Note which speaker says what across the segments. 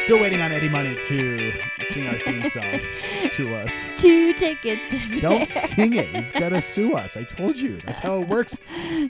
Speaker 1: Still waiting on Eddie Money to sing our theme song to us.
Speaker 2: Two tickets. to
Speaker 1: Don't
Speaker 2: Bear.
Speaker 1: sing it. He's gonna sue us. I told you. That's how it works.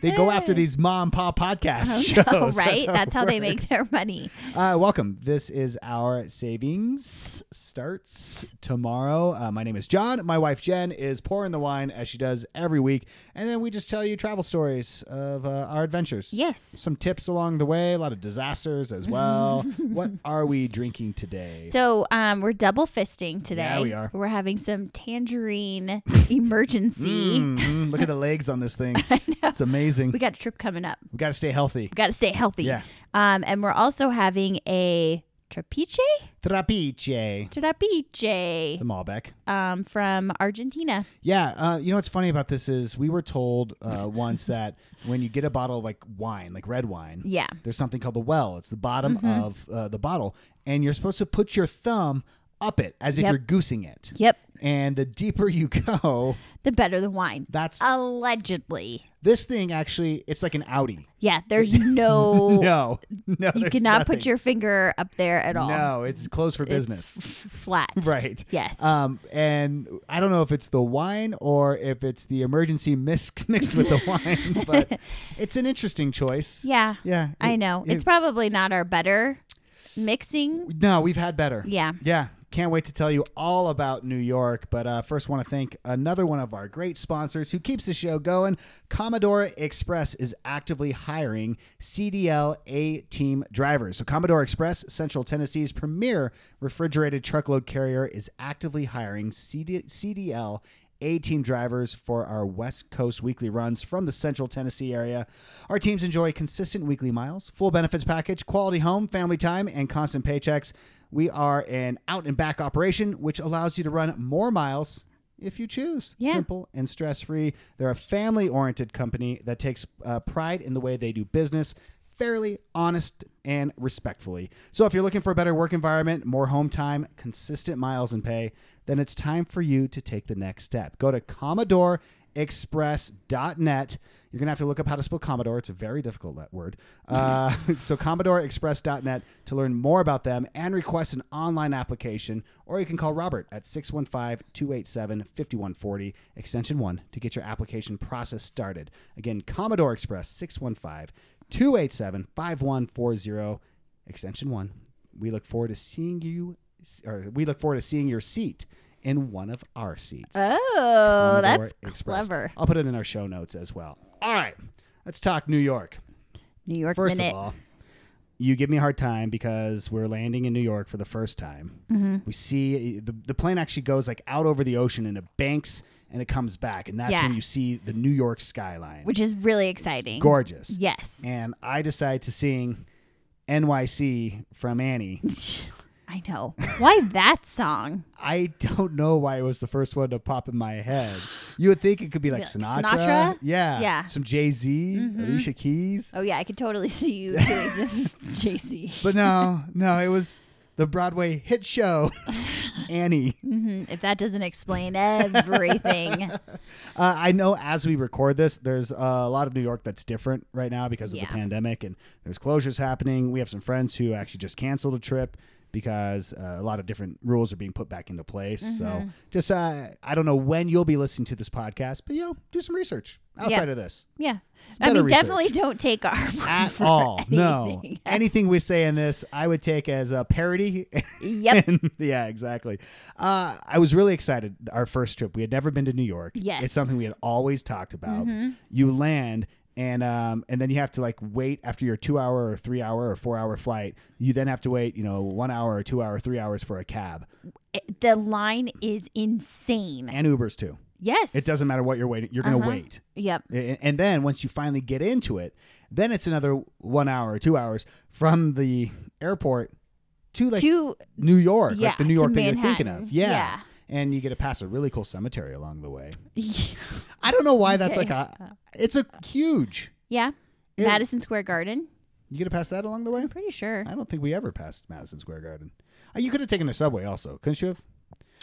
Speaker 1: They go after these mom pa podcast
Speaker 2: Oh,
Speaker 1: shows.
Speaker 2: no,
Speaker 1: That's
Speaker 2: right? That's
Speaker 1: it
Speaker 2: how they make
Speaker 1: works.
Speaker 2: their money.
Speaker 1: Uh, welcome. This is our savings starts tomorrow. Uh, my name is John. My wife Jen is pouring the wine as she does every week, and then we just tell you travel stories of uh, our adventures.
Speaker 2: Yes.
Speaker 1: Some tips along the way, a lot of disasters as well. what are we drinking today?
Speaker 2: So um, we're double fisting today.
Speaker 1: Yeah, we are.
Speaker 2: We're having some tangerine emergency.
Speaker 1: Mhm. Look at the legs on this thing. It's amazing.
Speaker 2: We got a trip coming up.
Speaker 1: we got to stay healthy.
Speaker 2: We got to stay healthy.
Speaker 1: Yeah.
Speaker 2: Um, and we're also having a trapiche,
Speaker 1: Trapiche.
Speaker 2: trapiche
Speaker 1: It's a Malbec.
Speaker 2: um, from Argentina.
Speaker 1: Yeah, uh, you know what's funny about this is we were told uh, once that when you get a bottle of like wine, like red wine,
Speaker 2: Yeah. Mm-hmm.
Speaker 1: there's something called the well. It's the bottom of uh, the bottle, and you're supposed to put your thumb up it as if
Speaker 2: Yep.
Speaker 1: you're goosing it.
Speaker 2: Yep.
Speaker 1: And the deeper you go,
Speaker 2: The better the wine.
Speaker 1: that's
Speaker 2: Allegedly.
Speaker 1: this thing actually. It's like an Audi.
Speaker 2: Yeah. There's no.
Speaker 1: No, no,
Speaker 2: you
Speaker 1: there's
Speaker 2: cannot
Speaker 1: nothing.
Speaker 2: put your finger up there at all.
Speaker 1: No, it's closed for
Speaker 2: It's
Speaker 1: business.
Speaker 2: f- flat.
Speaker 1: Right.
Speaker 2: Yes.
Speaker 1: Um, and I don't know if it's the wine or if it's the emergency mixed mixed with the wine, but it's an interesting choice.
Speaker 2: Yeah.
Speaker 1: Yeah.
Speaker 2: I
Speaker 1: it-
Speaker 2: know.
Speaker 1: it-
Speaker 2: it's probably not our better mixing.
Speaker 1: no, we've had better.
Speaker 2: Yeah.
Speaker 1: Yeah. Can't wait to tell you all about New York. But uh, first, want to thank another one of our great sponsors who keeps the show going. Commodore Express is actively hiring CDL A team drivers. So, Commodore Express, Central Tennessee's premier refrigerated truckload carrier, is actively hiring CD- CDL a team drivers for our West Coast weekly runs from the Central Tennessee area. Our teams enjoy consistent weekly miles, full benefits package, quality home, family time, and constant paychecks. We are an out and back operation, which allows you to run more miles if you choose.
Speaker 2: Yeah.
Speaker 1: Simple and stress free. They're a family oriented company that takes uh, pride in the way they do business. Fairly, honest, and respectfully. So, if you're looking for a better work environment, more home time, consistent miles and pay, then it's time for you to take the next step. Go to CommodoreExpress.net. You're going to have to look up how to spell Commodore. It's a very difficult le- word. Uh, so, CommodoreExpress.net to learn more about them and request an online application, or you can call Robert at 615 287 5140, extension 1, to get your application process started. Again, Commodore Express 615 287 5140, extension 1. We look forward to seeing you, or we look forward to seeing your seat in one of our seats.
Speaker 2: Oh,
Speaker 1: Commodore
Speaker 2: that's
Speaker 1: Express.
Speaker 2: clever.
Speaker 1: I'll put it in our show notes as well. All right, let's talk New York.
Speaker 2: New York
Speaker 1: First
Speaker 2: minute.
Speaker 1: of all, you give me a hard time because we're landing in New York for the first time.
Speaker 2: Mm-hmm.
Speaker 1: We see the, the plane actually goes like out over the ocean and it banks and it comes back, and that's
Speaker 2: Yeah.
Speaker 1: when you see the New York skyline.
Speaker 2: which is really exciting.
Speaker 1: Gorgeous.
Speaker 2: Yes.
Speaker 1: And I decide to sing NYC from Annie.
Speaker 2: I know. Why that song?
Speaker 1: I don't know why it was the first one to pop in my head. You would think it could be like
Speaker 2: Yeah,
Speaker 1: Sinatra.
Speaker 2: Sinatra?
Speaker 1: Yeah.
Speaker 2: Yeah.
Speaker 1: Some Jay Z, Alicia Keys.
Speaker 2: Oh yeah, I could totally see you doing some JC.
Speaker 1: But no, no, it was the Broadway hit show, Annie.
Speaker 2: Mhm, If that doesn't explain everything.
Speaker 1: Uh, I know as we record this, there's uh, a lot of New York that's different right now because of
Speaker 2: Yeah.
Speaker 1: the pandemic and there's closures happening. We have some friends who actually just canceled a trip because uh, a lot of different rules are being put back into place.
Speaker 2: Mm-hmm.
Speaker 1: So just, uh, I don't know when you'll be listening to this podcast, but you know, do some research outside of this
Speaker 2: yeah. I
Speaker 1: better
Speaker 2: mean, definitely
Speaker 1: research.
Speaker 2: don't take our
Speaker 1: at all. No,
Speaker 2: anything.
Speaker 1: anything we say in this, I would take as a parody
Speaker 2: Yep.
Speaker 1: And- yeah, exactly. Uh, I was really excited. Our first trip, we had never been to New York.
Speaker 2: Yes.
Speaker 1: it's something we had always talked about. You land. And um, and then you have to like wait after your two hour or three hour or four hour flight. You then have to wait, you know, one hour or two hour, three hours for a cab
Speaker 2: It- the line is insane.
Speaker 1: and Ubers too.
Speaker 2: Yes.
Speaker 1: It doesn't matter what you're waiting. You're gonna wait.
Speaker 2: Yep.
Speaker 1: A- And then once you finally get into it, then it's another one hour or two hours from the airport to like
Speaker 2: Two
Speaker 1: New York,
Speaker 2: Yeah,
Speaker 1: like the New
Speaker 2: to
Speaker 1: York that you're thinking
Speaker 2: Manhattan.
Speaker 1: of. Yeah.
Speaker 2: Yeah.
Speaker 1: And you get to pass a really cool cemetery along the way. I don't know why that's like a it's a huge.
Speaker 2: Yeah.
Speaker 1: It-
Speaker 2: Madison Square Garden.
Speaker 1: You get to pass that along the way?
Speaker 2: I'm pretty sure.
Speaker 1: I don't think we ever passed Madison Square Garden. Uh, You could have taken a subway also, couldn't you have?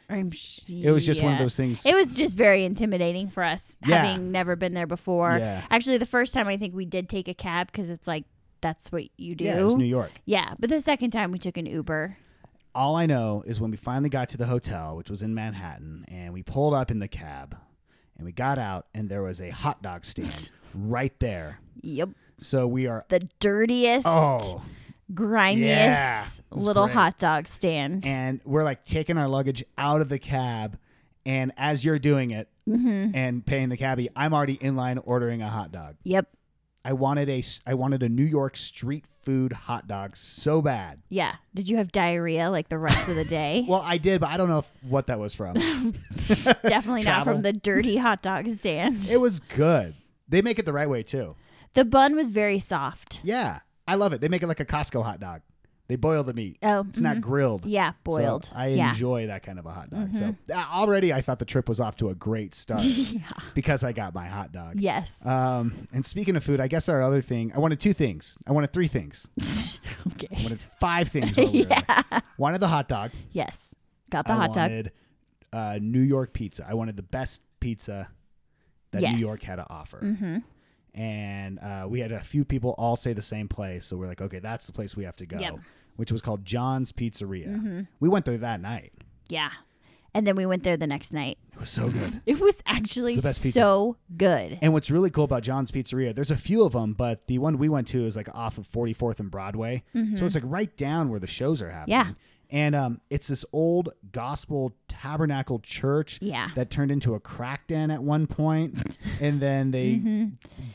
Speaker 2: I'm sh-
Speaker 1: It was just one of
Speaker 2: yeah.
Speaker 1: those things.
Speaker 2: It was just very intimidating for us,
Speaker 1: Yeah.
Speaker 2: having never been there before.
Speaker 1: Yeah.
Speaker 2: Actually, the first time I think we did take a cab because it's like that's what you do.
Speaker 1: yeah, it was New York.
Speaker 2: Yeah, but the second time we took an Uber.
Speaker 1: All I know is when we finally got to the hotel, which was in Manhattan, and we pulled up in the cab and we got out, and there was a hot dog stand right there.
Speaker 2: Yep.
Speaker 1: So we are.
Speaker 2: The dirtiest,
Speaker 1: Oh.
Speaker 2: grimiest
Speaker 1: Yeah. It was
Speaker 2: little
Speaker 1: great.
Speaker 2: hot dog stand.
Speaker 1: And we're like taking our luggage out of the cab. And as you're doing it
Speaker 2: Mm-hmm.
Speaker 1: and paying the cabbie, I'm already in line ordering a hot dog.
Speaker 2: yep.
Speaker 1: I wanted a s- I wanted a New York street food hot dog so bad.
Speaker 2: Yeah. Did you have diarrhea like the rest of the day?
Speaker 1: Well, I did, but I don't know if, what that was from.
Speaker 2: Definitely not
Speaker 1: travel.
Speaker 2: from the dirty hot dog stand.
Speaker 1: it was good. They make it the right way too.
Speaker 2: The bun was very soft.
Speaker 1: Yeah, I love it. They make it like a Costco hot dog. They boil the meat.
Speaker 2: Oh,
Speaker 1: it's not grilled.
Speaker 2: Yeah,
Speaker 1: So
Speaker 2: boiled.
Speaker 1: I
Speaker 2: yeah. Mm-hmm.
Speaker 1: enjoy that kind of a hot dog. So uh, already, I thought the trip was off to a great start
Speaker 2: yeah.
Speaker 1: because I got my hot dog.
Speaker 2: Yes.
Speaker 1: Um, and speaking of food, I guess our other thing, I wanted two things. I wanted three things. I
Speaker 2: okay.
Speaker 1: wanted five things. while we were there. Wanted the hot dog.
Speaker 2: Yes. Got the
Speaker 1: I
Speaker 2: hot dog.
Speaker 1: wanted uh, New York pizza. I wanted the best pizza that
Speaker 2: Yes. Mm-hmm.
Speaker 1: New York had to offer. And uh, we had a few people all say the same place, so we're like, okay, that's the place we have to go,
Speaker 2: Yep. Mm-hmm.
Speaker 1: which was called John's Pizzeria. We went there that night.
Speaker 2: Yeah. And then we went there the next night.
Speaker 1: It was so good.
Speaker 2: It was actually
Speaker 1: It's the best pizza.
Speaker 2: so good.
Speaker 1: and what's really cool about John's Pizzeria, there's a few of them, but the one we went to is like off of 44th and Broadway, so it's like right down where the shows are happening.
Speaker 2: Mm-hmm. Yeah.
Speaker 1: And um, it's this old gospel tabernacle church
Speaker 2: Yeah.
Speaker 1: that turned into a crack den at one point, and then they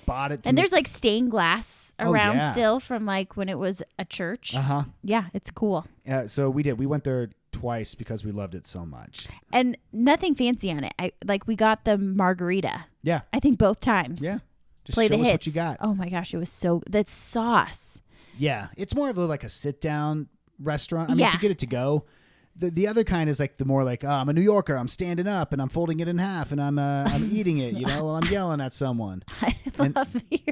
Speaker 1: bought it. To
Speaker 2: Mm-hmm. And there's like stained glass
Speaker 1: Oh,
Speaker 2: around
Speaker 1: yeah.
Speaker 2: still from like when it was a church.
Speaker 1: uh huh.
Speaker 2: Yeah, it's cool.
Speaker 1: Uh, so we did. We went there twice because we loved it so much.
Speaker 2: And nothing fancy on it. I like we got the margarita.
Speaker 1: Yeah,
Speaker 2: I think both times.
Speaker 1: yeah. Just
Speaker 2: Play
Speaker 1: show
Speaker 2: the
Speaker 1: us
Speaker 2: hits.
Speaker 1: what you got.
Speaker 2: Oh my gosh, it was so that sauce.
Speaker 1: Yeah, it's more of a, like a sit down restaurant. I mean, if
Speaker 2: Yeah.
Speaker 1: you get it to go. The, the other kind is like the more like oh, I'm a New Yorker. I'm standing up and I'm folding it in half and I'm uh, I'm eating it. You know, while I'm yelling at someone.
Speaker 2: I
Speaker 1: And-
Speaker 2: love your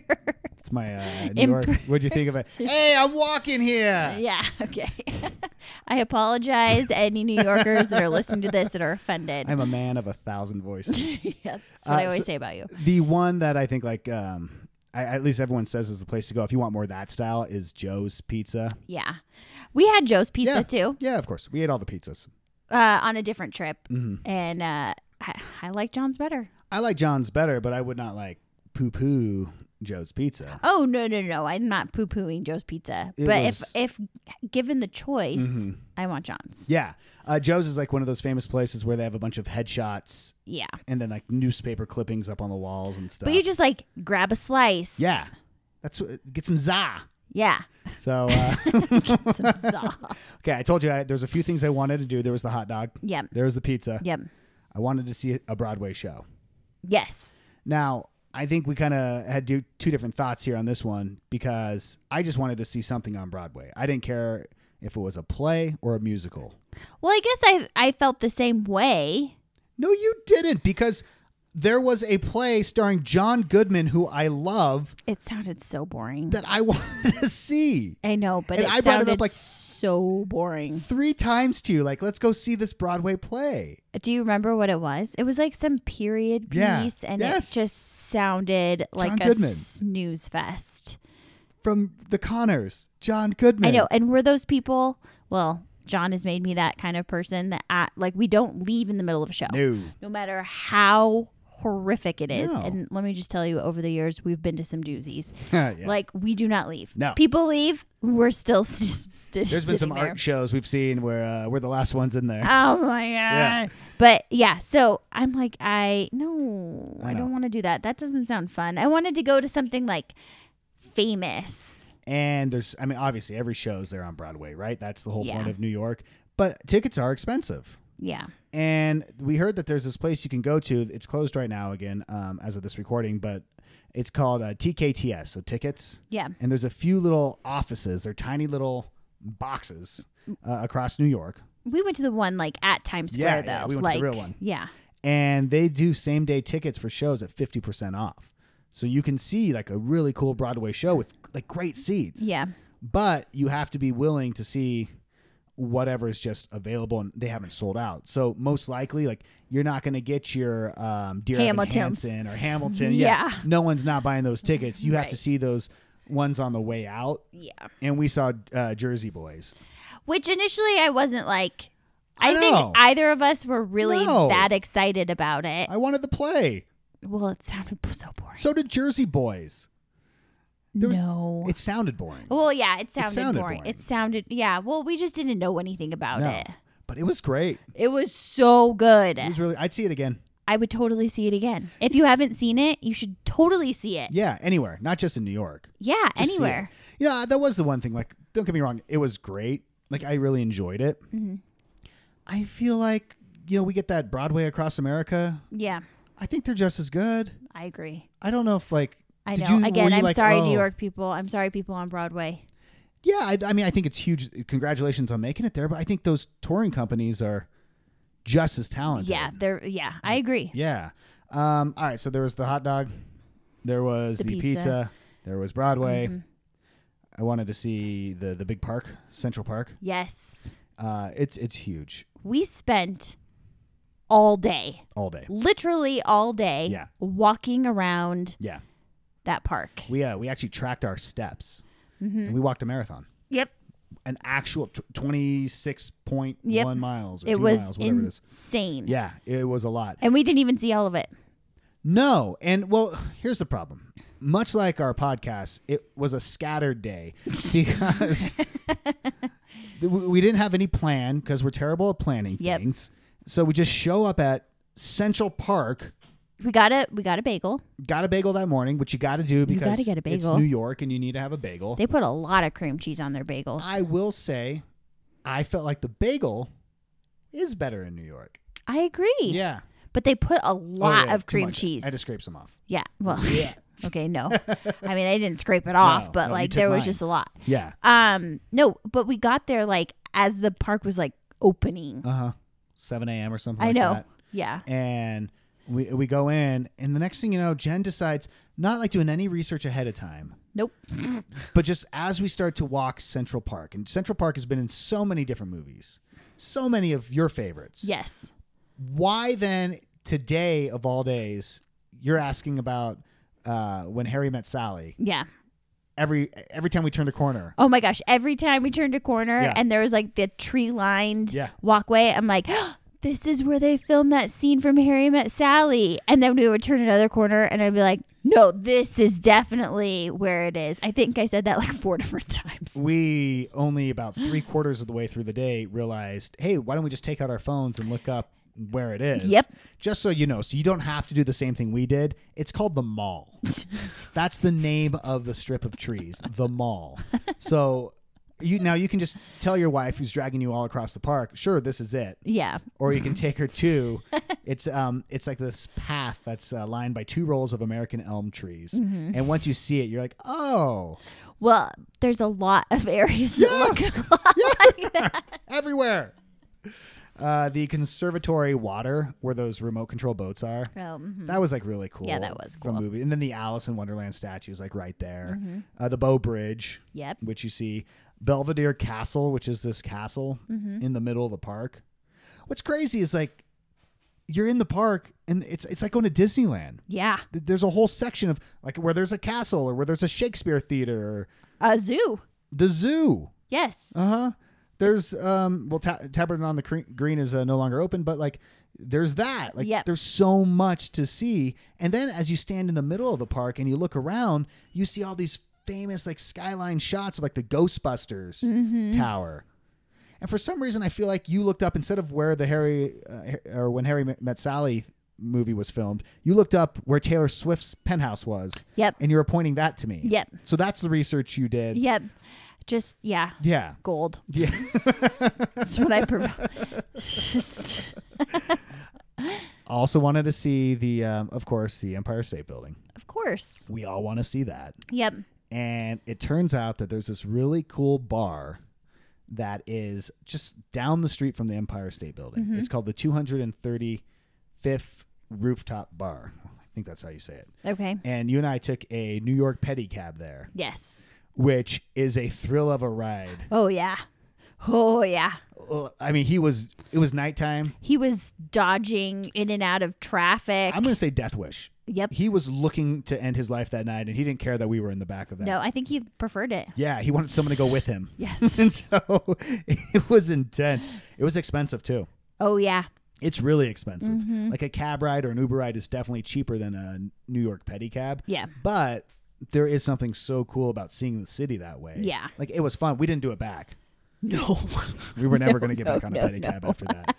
Speaker 1: It's my uh, New York. What'd you think of it? Hey, I'm walking here.
Speaker 2: Yeah, okay. I apologize to any New Yorkers that are listening to this that are offended.
Speaker 1: I'm a man of a thousand voices.
Speaker 2: yeah, that's what
Speaker 1: Uh,
Speaker 2: I always
Speaker 1: so-
Speaker 2: say about you.
Speaker 1: the one that I think like um, I, at least everyone says is the place to go if you want more of that style is Joe's Pizza.
Speaker 2: Yeah. We had Joe's Pizza
Speaker 1: yeah.
Speaker 2: too
Speaker 1: Yeah, of course. We ate all the pizzas.
Speaker 2: uh, on a different trip.
Speaker 1: Mhm.
Speaker 2: And uh, I, I like John's better.
Speaker 1: I like John's better, but I would not like poo poo Joe's Pizza.
Speaker 2: Oh, no, no, no. I'm not poo pooing Joe's Pizza.
Speaker 1: It
Speaker 2: but
Speaker 1: was- Mm-hmm.
Speaker 2: if, if given the choice, I want John's.
Speaker 1: Yeah. Uh, Joe's is like one of those famous places where they have a bunch of headshots
Speaker 2: Yeah.
Speaker 1: and then like newspaper clippings up on the walls and stuff.
Speaker 2: But you just like grab a slice.
Speaker 1: yeah. That's what, get some za.
Speaker 2: Yeah.
Speaker 1: So uh,
Speaker 2: Some sauce.
Speaker 1: okay, I told you I, there's a few things I wanted to do. There was the hot dog.
Speaker 2: Yep.
Speaker 1: There was the pizza.
Speaker 2: Yep.
Speaker 1: I wanted to see a Broadway show.
Speaker 2: Yes.
Speaker 1: Now I think we kind of had do, two different thoughts here on this one because I just wanted to see something on Broadway. I didn't care if it was a play or a musical.
Speaker 2: Well, I guess I, I felt the same way.
Speaker 1: No, you didn't because there was a play starring John Goodman, who I love,
Speaker 2: It sounded so boring.
Speaker 1: that I wanted to see
Speaker 2: I know, but
Speaker 1: And
Speaker 2: it
Speaker 1: I brought it up,
Speaker 2: sounded
Speaker 1: like-
Speaker 2: so boring.
Speaker 1: three times to you. Like, let's go see this Broadway play.
Speaker 2: Do you remember what it was? It was like some period piece,
Speaker 1: Yeah.
Speaker 2: and
Speaker 1: Yes.
Speaker 2: it just sounded like
Speaker 1: John
Speaker 2: a
Speaker 1: Goodman.
Speaker 2: snooze fest.
Speaker 1: From the Connors, John Goodman.
Speaker 2: I know. And were those people? Well, John has made me that kind of person that I, like we don't leave in the middle of a show,
Speaker 1: No.
Speaker 2: no matter how horrific it is.
Speaker 1: No.
Speaker 2: And let me just tell you, over the years, we've been to some doozies.
Speaker 1: Yeah.
Speaker 2: Like we do not leave.
Speaker 1: No.
Speaker 2: people leave. We're still st- st-
Speaker 1: There's been some
Speaker 2: sitting there.
Speaker 1: art shows we've seen where uh, we're the last ones in there.
Speaker 2: Oh my god.
Speaker 1: Yeah.
Speaker 2: But yeah, so I'm like, I no,
Speaker 1: I
Speaker 2: I,
Speaker 1: know.
Speaker 2: don't want to do that. That doesn't sound fun. I wanted to go to something like famous.
Speaker 1: And there's, I mean, obviously every show's there on Broadway, right? That's the whole
Speaker 2: Yeah.
Speaker 1: point of New York. But tickets are expensive.
Speaker 2: Yeah.
Speaker 1: and we heard that there's this place you can go to. It's closed right now again, um, as of this recording, but it's called uh, TKTS, so tickets.
Speaker 2: Yeah.
Speaker 1: And there's a few little offices. They're tiny little boxes uh, across New York,
Speaker 2: We went to the one like at Times
Speaker 1: Yeah,
Speaker 2: Square though.
Speaker 1: yeah, we went to
Speaker 2: like,
Speaker 1: the real one.
Speaker 2: Yeah.
Speaker 1: and they do same day tickets for shows at fifty percent off. So you can see like a really cool Broadway show with like great seats.
Speaker 2: Yeah.
Speaker 1: but you have to be willing to see whatever is just available and they haven't sold out so most likely like you're not going to get your um dear Evan
Speaker 2: Hamiltons.
Speaker 1: Hansen or hamilton yeah.
Speaker 2: Yeah.
Speaker 1: no one's not buying those tickets you have to
Speaker 2: Right.
Speaker 1: see those one's on the way out,
Speaker 2: Yeah.
Speaker 1: and we saw uh, Jersey Boys.
Speaker 2: Which initially I wasn't like.
Speaker 1: I
Speaker 2: I,
Speaker 1: know.
Speaker 2: think either of us were really
Speaker 1: No.
Speaker 2: that excited about it.
Speaker 1: I wanted to play.
Speaker 2: well, it sounded so boring.
Speaker 1: So did Jersey Boys. there was-
Speaker 2: no.
Speaker 1: It sounded boring,
Speaker 2: well, yeah, it sounded,
Speaker 1: sounded
Speaker 2: boring.
Speaker 1: boring.
Speaker 2: It sounded, yeah. Well, we just didn't know anything about
Speaker 1: No.
Speaker 2: it.
Speaker 1: but it was great.
Speaker 2: It was so good.
Speaker 1: It was really. I'd see it again.
Speaker 2: I would totally see it again. If you haven't seen it, you should totally see it.
Speaker 1: Yeah, anywhere, not just in New York.
Speaker 2: Yeah,
Speaker 1: to see it.
Speaker 2: anywhere.
Speaker 1: You know, that was the one thing. Like, don't get me wrong, it was great. Like, I really enjoyed it.
Speaker 2: Mm-hmm.
Speaker 1: I feel like you know we get that Broadway across America.
Speaker 2: Yeah,
Speaker 1: I think they're just as good.
Speaker 2: I agree.
Speaker 1: I don't know if like
Speaker 2: I
Speaker 1: did
Speaker 2: know.
Speaker 1: you- were
Speaker 2: Again,
Speaker 1: you
Speaker 2: I'm
Speaker 1: like,
Speaker 2: sorry,
Speaker 1: oh,
Speaker 2: New York people. I'm sorry, people on Broadway.
Speaker 1: Yeah, I, I mean, I think it's huge. Congratulations on making it there, but I think those touring companies are just as talented.
Speaker 2: Yeah, they're. Yeah, I agree.
Speaker 1: Yeah. Um, all right. So there was the hot dog. There was the,
Speaker 2: The
Speaker 1: pizza.
Speaker 2: pizza. Mm-hmm.
Speaker 1: There was Broadway. I wanted to see the the big park, Central Park.
Speaker 2: Yes,
Speaker 1: Uh, it's it's huge
Speaker 2: we spent all day,
Speaker 1: all day.
Speaker 2: literally all day,
Speaker 1: Yeah.
Speaker 2: walking around
Speaker 1: Yeah.
Speaker 2: that park.
Speaker 1: We uh, we actually tracked our steps.
Speaker 2: Mm-hmm.
Speaker 1: And we walked a marathon,
Speaker 2: Yep,
Speaker 1: an actual t- twenty six point one
Speaker 2: Yep.
Speaker 1: miles. Or
Speaker 2: it
Speaker 1: two
Speaker 2: was
Speaker 1: miles, whatever it is.
Speaker 2: insane.
Speaker 1: Yeah, it was a lot.
Speaker 2: and we didn't even see all of it.
Speaker 1: No, and well, here's the problem. Much like our podcast, it was a scattered day because th- we we didn't have any plan because we're terrible at planning
Speaker 2: Yep.
Speaker 1: things. So we just show up at Central Park,
Speaker 2: We got a we got a bagel.
Speaker 1: got a bagel that morning, which you got to do because
Speaker 2: gotta get a
Speaker 1: it's
Speaker 2: bagel.
Speaker 1: New York and you need to have a bagel.
Speaker 2: They put a lot of cream cheese on their bagels.
Speaker 1: I will say, I felt like the bagel is better in New York.
Speaker 2: I agree.
Speaker 1: Yeah,
Speaker 2: But they put a
Speaker 1: Oh,
Speaker 2: lot
Speaker 1: yeah,
Speaker 2: of
Speaker 1: too
Speaker 2: cream
Speaker 1: much.
Speaker 2: cheese.
Speaker 1: I had to scrape some off.
Speaker 2: yeah. Well,
Speaker 1: Yeah,
Speaker 2: okay, no. I mean, I didn't scrape it off,
Speaker 1: No,
Speaker 2: but
Speaker 1: no, you
Speaker 2: like
Speaker 1: took
Speaker 2: there was
Speaker 1: mine.
Speaker 2: just a lot.
Speaker 1: yeah,
Speaker 2: Um, no, but we got there like as the park was like opening.
Speaker 1: uh huh. Seven a.m. or something.
Speaker 2: I
Speaker 1: like
Speaker 2: know.
Speaker 1: that.
Speaker 2: Yeah.
Speaker 1: and we we go in and the next thing you know jen decides not like doing any research ahead of time
Speaker 2: Nope.
Speaker 1: but just as we start to walk central park and central park has been in so many different movies so many of your favorites
Speaker 2: Yes.
Speaker 1: why then today of all days you're asking about uh, when harry met sally
Speaker 2: Yeah.
Speaker 1: every every time we turned a corner
Speaker 2: Oh my gosh. Every time we turned a corner
Speaker 1: Yeah.
Speaker 2: and there was like the tree lined
Speaker 1: Yeah.
Speaker 2: walkway, I'm like, this is where they filmed that scene from Harry Met Sally. And then we would turn another corner and I'd be like, no, this is definitely where it is. I think I said that like four different times.
Speaker 1: we only about three quarters of the way through the day realized, hey, why don't we just take out our phones and look up where it is?
Speaker 2: Yep.
Speaker 1: Just so you know, so you don't have to do the same thing we did. It's called the mall. That's the name of the strip of trees, the mall. So you now you can just tell your wife who's dragging you all across the park, sure, this is it.
Speaker 2: Yeah.
Speaker 1: Or you can take her to it's um it's like this path that's uh, lined by two rolls of American elm trees,
Speaker 2: Mm-hmm.
Speaker 1: and once you see it, you're like, oh,
Speaker 2: Well, there's a lot of areas that look
Speaker 1: everywhere. Uh, the conservatory water where those remote control boats are.
Speaker 2: um,
Speaker 1: That was like really cool.
Speaker 2: Yeah, that was
Speaker 1: From
Speaker 2: cool. Mm-hmm.
Speaker 1: movie. And then the Alice in Wonderland statue is like right there. Uh, the Bow Bridge,
Speaker 2: Yep.
Speaker 1: which you see. Belvedere Castle, which is this castle
Speaker 2: Mm-hmm.
Speaker 1: in the middle of the park. What's crazy is like you're in the park and it's it's like going to Disneyland.
Speaker 2: Yeah.
Speaker 1: Th- There's a whole section of like where there's a castle or where there's a Shakespeare theater or
Speaker 2: A zoo.
Speaker 1: the zoo.
Speaker 2: Yes.
Speaker 1: Uh huh. There's um well ta- Tavern on the Cre- Green is uh, no longer open, but like there's that. Like
Speaker 2: Yep.
Speaker 1: there's so much to see. And then as you stand in the middle of the park and you look around, you see all these famous like skyline shots of like the Ghostbusters
Speaker 2: Mm-hmm.
Speaker 1: tower. And for some reason I feel like you looked up instead of where the Harry uh, Har- or when Harry Met Met Sally movie was filmed, you looked up where Taylor Swift's penthouse was.
Speaker 2: Yep.
Speaker 1: And you were pointing that to me.
Speaker 2: Yep.
Speaker 1: So that's the research you did.
Speaker 2: Yep. Just yeah.
Speaker 1: Yeah.
Speaker 2: Gold.
Speaker 1: Yeah.
Speaker 2: That's what I provide. Just-
Speaker 1: Also wanted to see the, um, of course, the Empire State Building.
Speaker 2: of course.
Speaker 1: We all want to see that.
Speaker 2: Yep.
Speaker 1: And it turns out that there's this really cool bar that is just down the street from the Empire State Building. It's called the 235th Rooftop Bar. I think that's how you say it.
Speaker 2: Okay.
Speaker 1: And you and I took a New York pedicab there,
Speaker 2: Yes.
Speaker 1: which is a thrill of a ride.
Speaker 2: Oh yeah. Oh yeah.
Speaker 1: Uh, I mean, he was, it was nighttime.
Speaker 2: He was dodging in and out of traffic.
Speaker 1: I'm going to say Death Wish.
Speaker 2: Yep.
Speaker 1: He was looking to end his life that night, and he didn't care that we were in the back of that.
Speaker 2: No, I think he preferred it.
Speaker 1: Yeah, he wanted someone to go with him.
Speaker 2: Yes.
Speaker 1: and so it was intense. It was expensive too.
Speaker 2: oh yeah.
Speaker 1: It's really expensive.
Speaker 2: Mm-hmm.
Speaker 1: Like a cab ride or an Uber ride is definitely cheaper than a New York pedicab.
Speaker 2: Yeah.
Speaker 1: But there is something so cool about seeing the city that way.
Speaker 2: Yeah.
Speaker 1: Like it was fun. We didn't do it back.
Speaker 2: No.
Speaker 1: We were never
Speaker 2: No,
Speaker 1: going to get
Speaker 2: no,
Speaker 1: back on a
Speaker 2: no,
Speaker 1: pedicab
Speaker 2: no.
Speaker 1: after that.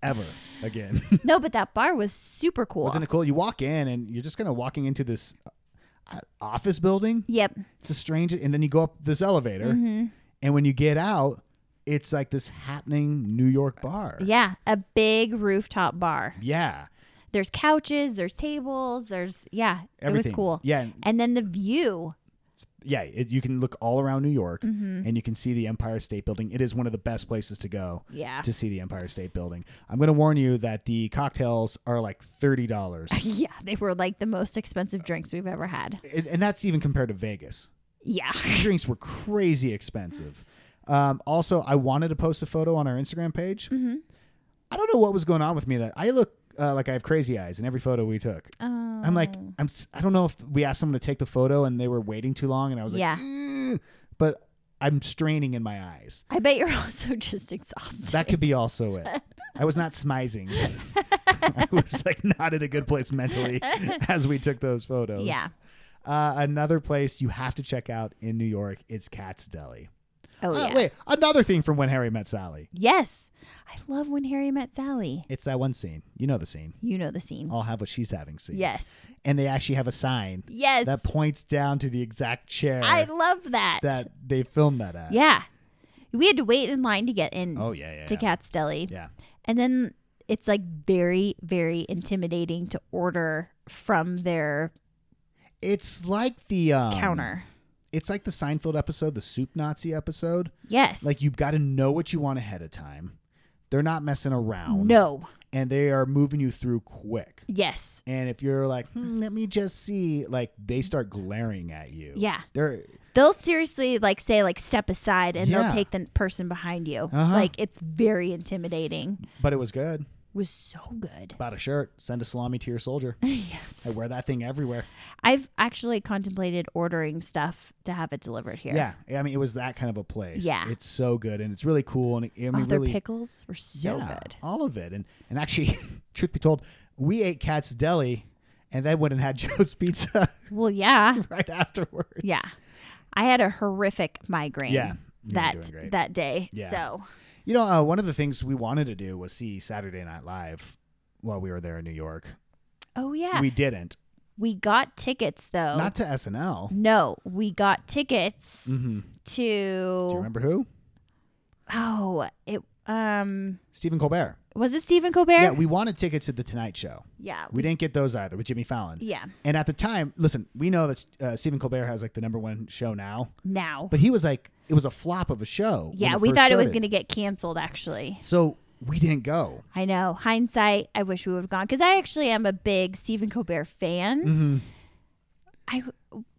Speaker 1: Ever again.
Speaker 2: no, but that bar was super cool.
Speaker 1: Wasn't it cool? You walk in and you're just kind of walking into this uh, office building.
Speaker 2: Yep.
Speaker 1: It's a strange, and then you go up this elevator,
Speaker 2: Mm-hmm.
Speaker 1: and when you get out, it's like this happening New York bar.
Speaker 2: Yeah, a big rooftop bar.
Speaker 1: Yeah,
Speaker 2: There's couches, there's tables, there's yeah,
Speaker 1: everything.
Speaker 2: it was cool.
Speaker 1: Yeah, and-
Speaker 2: And then the view.
Speaker 1: yeah. It, you can look all around New York,
Speaker 2: Mm-hmm.
Speaker 1: and you can see the Empire State Building. It is one of the best places to go
Speaker 2: Yeah.
Speaker 1: to see the Empire State Building. I'm going to warn you that the cocktails are like thirty dollars,
Speaker 2: Yeah, they were like the most expensive drinks we've ever had.
Speaker 1: and, and that's even compared to Vegas.
Speaker 2: Yeah.
Speaker 1: drinks were crazy expensive. Um, also, I wanted to post a photo on our Instagram page.
Speaker 2: Mm-hmm.
Speaker 1: I don't know what was going on with me that I look uh, like I have crazy eyes in every photo we took.
Speaker 2: Um,
Speaker 1: I'm like,
Speaker 2: Oh.
Speaker 1: I'm s- I don't know if we asked someone to take the photo and they were waiting too long, and I was like,
Speaker 2: Yeah.
Speaker 1: "Eh," but I'm straining in my eyes.
Speaker 2: I bet you're also just exhausted.
Speaker 1: That could be also it. I was not smizing. I was like not in a good place mentally as we took those photos.
Speaker 2: Yeah.
Speaker 1: Uh, another place you have to check out in New York is Cat's Deli.
Speaker 2: Oh
Speaker 1: Uh,
Speaker 2: yeah.
Speaker 1: Wait, another thing from When Harry Met Sally.
Speaker 2: Yes. I love when Harry met Sally.
Speaker 1: It's that one scene. You know the scene.
Speaker 2: You know the scene.
Speaker 1: I'll have what she's having scene.
Speaker 2: Yes.
Speaker 1: And they actually have a sign
Speaker 2: Yes.
Speaker 1: that points down to the exact chair
Speaker 2: I love that.
Speaker 1: that they filmed that at.
Speaker 2: Yeah. We had to wait in line to get in
Speaker 1: Oh, yeah, yeah.
Speaker 2: to
Speaker 1: yeah.
Speaker 2: Cat's Deli.
Speaker 1: yeah.
Speaker 2: And then it's like very, very intimidating to order from their
Speaker 1: It's like the um,
Speaker 2: counter.
Speaker 1: It's like the Seinfeld episode, the soup Nazi episode.
Speaker 2: Yes.
Speaker 1: Like you've got to know what you want ahead of time. They're not messing around.
Speaker 2: no.
Speaker 1: And they are moving you through quick.
Speaker 2: Yes.
Speaker 1: And if you're like, hmm, let me just see, like they start glaring at you.
Speaker 2: Yeah.
Speaker 1: They're
Speaker 2: They'll seriously like say like step aside and
Speaker 1: Yeah.
Speaker 2: they'll take the person behind you.
Speaker 1: Uh-huh.
Speaker 2: Like it's very intimidating.
Speaker 1: but it was good.
Speaker 2: Was so good.
Speaker 1: Bought a shirt. Send a salami to your soldier.
Speaker 2: yes.
Speaker 1: I wear that thing everywhere.
Speaker 2: I've actually contemplated ordering stuff to have it delivered here.
Speaker 1: Yeah. I mean, it was that kind of a place.
Speaker 2: Yeah.
Speaker 1: It's so good and it's really cool. And I mean,
Speaker 2: Oh, their
Speaker 1: really,
Speaker 2: pickles were so
Speaker 1: yeah,
Speaker 2: good.
Speaker 1: all of it. And and actually, truth be told, we ate Cat's Deli, and then went and had Joe's Pizza
Speaker 2: Well, yeah.
Speaker 1: right afterwards.
Speaker 2: Yeah. I had a horrific migraine
Speaker 1: Yeah. You were
Speaker 2: that
Speaker 1: doing great.
Speaker 2: that day.
Speaker 1: Yeah.
Speaker 2: So
Speaker 1: You know, uh, one of the things we wanted to do was see Saturday Night Live while we were there in New York.
Speaker 2: Oh yeah. Oh.
Speaker 1: We
Speaker 2: We,
Speaker 1: didn't.
Speaker 2: got tickets though.
Speaker 1: Not to SNL.
Speaker 2: no, we got tickets
Speaker 1: Mm-hmm. Do you
Speaker 2: to
Speaker 1: remember who?
Speaker 2: Oh, it um
Speaker 1: Stephen Colbert.
Speaker 2: was it Stephen Colbert?
Speaker 1: Yeah, we wanted tickets to the Tonight Show.
Speaker 2: yeah.
Speaker 1: We didn't get those either with Jimmy Fallon.
Speaker 2: yeah.
Speaker 1: And at the time, listen, we know that uh, Stephen Colbert has like the number one show now,
Speaker 2: Now.
Speaker 1: but he was like, it was a flop of a show. when
Speaker 2: yeah,
Speaker 1: it
Speaker 2: we
Speaker 1: first
Speaker 2: thought it was going
Speaker 1: started.
Speaker 2: to get canceled actually.
Speaker 1: So we didn't go.
Speaker 2: I know. Hindsight, I wish we would have gone cuz I actually am a big Stephen Colbert fan.
Speaker 1: Mm-hmm.
Speaker 2: I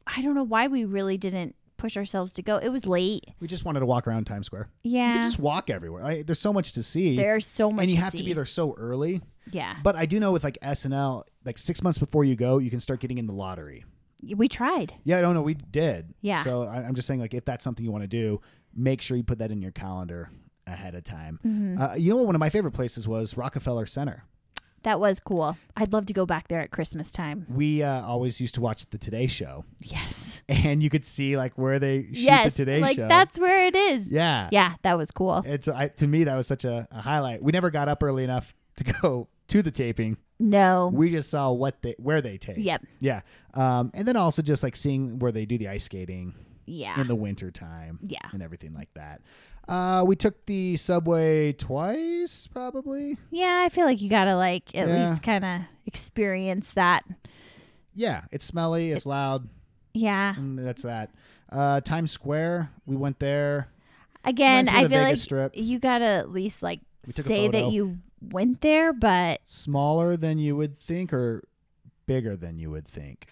Speaker 2: I don't know why we really didn't push ourselves to go. It was late.
Speaker 1: We just wanted to walk around Times Square. You could
Speaker 2: Yeah.
Speaker 1: just walk everywhere. Like, there's so much to see.
Speaker 2: There's so much
Speaker 1: and you
Speaker 2: to
Speaker 1: have to
Speaker 2: see.
Speaker 1: be there so early.
Speaker 2: Yeah.
Speaker 1: But I do know with like SNL, like six months before you go, you can start getting in the lottery.
Speaker 2: we tried.
Speaker 1: Yeah, I don't know. We did.
Speaker 2: Yeah.
Speaker 1: So I, I'm just saying, like, if that's something you want to do, make sure you put that in your calendar ahead of time.
Speaker 2: Mm-hmm.
Speaker 1: Uh, you know what? One of my favorite places was Rockefeller Center.
Speaker 2: That was cool. I'd love to go back there at Christmas time.
Speaker 1: We uh, always used to watch the Today Show,
Speaker 2: Yes.
Speaker 1: and you could see like where they shoot
Speaker 2: yes.
Speaker 1: the Today
Speaker 2: like
Speaker 1: Show.
Speaker 2: that's where it is.
Speaker 1: yeah,
Speaker 2: Yeah, that was cool.
Speaker 1: It's I, to me that was such a, a highlight. We never got up early enough to go to the taping.
Speaker 2: No.
Speaker 1: We just saw what they where they taped.
Speaker 2: Yep.
Speaker 1: Yeah. Um, and then also just like seeing where they do the ice skating
Speaker 2: Yeah.
Speaker 1: in the winter time.
Speaker 2: Yeah.
Speaker 1: And everything like that. Uh, we took the subway twice, probably.
Speaker 2: yeah, I feel like you got to like at
Speaker 1: Yeah.
Speaker 2: least kind of experience that.
Speaker 1: Yeah, it's smelly, it's loud,
Speaker 2: Yeah.
Speaker 1: and that's that. Uh, Times Square, we went there.
Speaker 2: Again,
Speaker 1: Reminds me
Speaker 2: I
Speaker 1: of the
Speaker 2: feel
Speaker 1: Vegas
Speaker 2: like
Speaker 1: Strip.
Speaker 2: you got to at least like
Speaker 1: We took a
Speaker 2: say
Speaker 1: photo.
Speaker 2: that you went there, but
Speaker 1: Smaller than you would think, or bigger than you would think.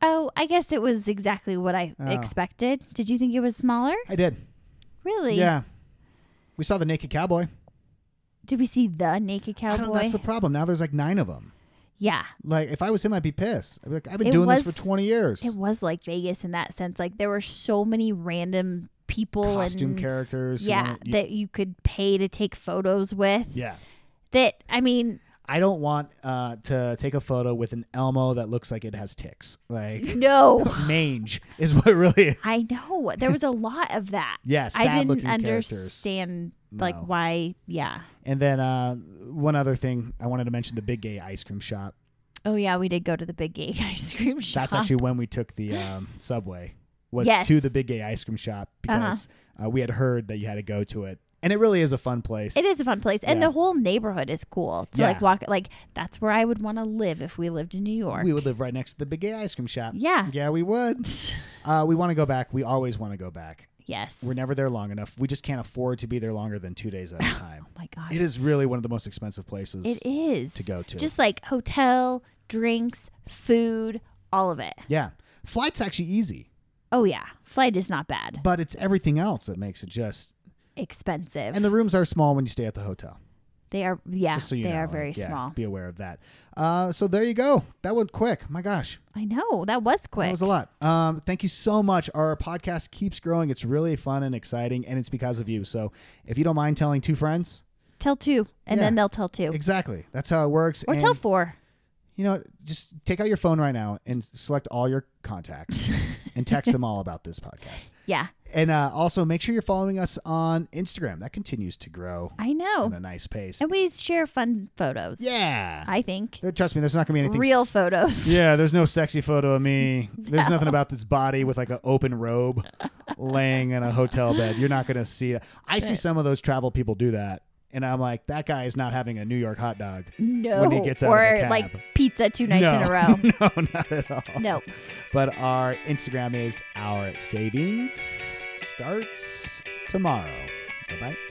Speaker 2: oh, I guess it was exactly what I
Speaker 1: Oh.
Speaker 2: expected. Did you think it was smaller?
Speaker 1: I did.
Speaker 2: Really?
Speaker 1: Yeah. We saw the naked cowboy.
Speaker 2: Did we see the naked
Speaker 1: I
Speaker 2: cowboy?
Speaker 1: don't, that's the problem. Now there's like nine of them.
Speaker 2: Yeah.
Speaker 1: Like if I was him, I'd be pissed. I'd be like, I've been
Speaker 2: It
Speaker 1: doing this
Speaker 2: was-
Speaker 1: for twenty years.
Speaker 2: It was like Vegas in that sense. Like there were so many random people
Speaker 1: Costume
Speaker 2: and
Speaker 1: characters. who
Speaker 2: yeah,
Speaker 1: wanna- you-
Speaker 2: that you could pay to take photos with.
Speaker 1: yeah.
Speaker 2: That I mean,
Speaker 1: I don't want uh, to take a photo with an Elmo that looks like it has ticks. Like
Speaker 2: no.
Speaker 1: mange is what really.
Speaker 2: I know. There was a lot of that.
Speaker 1: Yeah, sad
Speaker 2: I didn't
Speaker 1: looking characters.
Speaker 2: understand like
Speaker 1: No.
Speaker 2: why yeah.
Speaker 1: And then uh, one other thing I wanted to mention: the Big Gay ice cream shop.
Speaker 2: Oh yeah, we did go to the big gay ice cream shop.
Speaker 1: That's actually when we took the um, subway. Was
Speaker 2: Yes. Uh-huh.
Speaker 1: to the Big Gay ice cream shop because uh we had heard that you had to go to it, and it really is a fun place.
Speaker 2: It is a fun place, and
Speaker 1: Yeah.
Speaker 2: the whole neighborhood is cool to
Speaker 1: Yeah.
Speaker 2: like walk. Like that's where I would want to live if we lived in New York.
Speaker 1: We would live right next to the Big Gay ice cream shop.
Speaker 2: yeah.
Speaker 1: Yeah, we would. Uh, we want to go back. We always want to go back.
Speaker 2: yes.
Speaker 1: We're never there long enough. We just can't afford to be there longer than two days at a time.
Speaker 2: Oh my god.
Speaker 1: it is really one of the most expensive places
Speaker 2: It is
Speaker 1: to go to.
Speaker 2: Just like hotel, drinks, food, all of it.
Speaker 1: yeah. Flight's actually easy,
Speaker 2: Oh yeah, flight is not bad.
Speaker 1: but it's everything else that makes it just.
Speaker 2: Expensive.
Speaker 1: And the rooms are small when you stay at the hotel.
Speaker 2: they are yeah,
Speaker 1: just so you
Speaker 2: they
Speaker 1: know,
Speaker 2: are
Speaker 1: like,
Speaker 2: very
Speaker 1: yeah,
Speaker 2: small.
Speaker 1: Be aware of that. Uh, so there you go. That went quick. My gosh,
Speaker 2: I know that was
Speaker 1: that
Speaker 2: quick.
Speaker 1: was a lot. Um, thank you so much. Our podcast keeps growing. It's really fun and exciting, and it's because of you. So if you don't mind telling two friends,
Speaker 2: tell two, and
Speaker 1: Yeah.
Speaker 2: then they'll tell two,
Speaker 1: exactly. That's how it works.
Speaker 2: or
Speaker 1: and
Speaker 2: tell four.
Speaker 1: you know, just take out your phone right now and select all your contacts and text them all about this podcast.
Speaker 2: Yeah,
Speaker 1: And uh, also make sure you're following us on Instagram. That continues to grow
Speaker 2: I know.
Speaker 1: at a nice pace.
Speaker 2: Oh. And we share fun photos.
Speaker 1: yeah.
Speaker 2: I think
Speaker 1: There- Trust me, there's not going to be anything.
Speaker 2: real
Speaker 1: s-
Speaker 2: photos.
Speaker 1: yeah, there's no sexy photo of me. There's nothing about this body with like an open robe laying in a hotel bed. You're not going to see that. I see some of those travel people do that. And I'm like, that guy is not having a New York hot dog.
Speaker 2: No,
Speaker 1: When he gets out of
Speaker 2: or
Speaker 1: the cab.
Speaker 2: like pizza two nights in a row.
Speaker 1: row. no, not at all.
Speaker 2: Nope.
Speaker 1: But our Instagram is our savings starts tomorrow. Bye bye.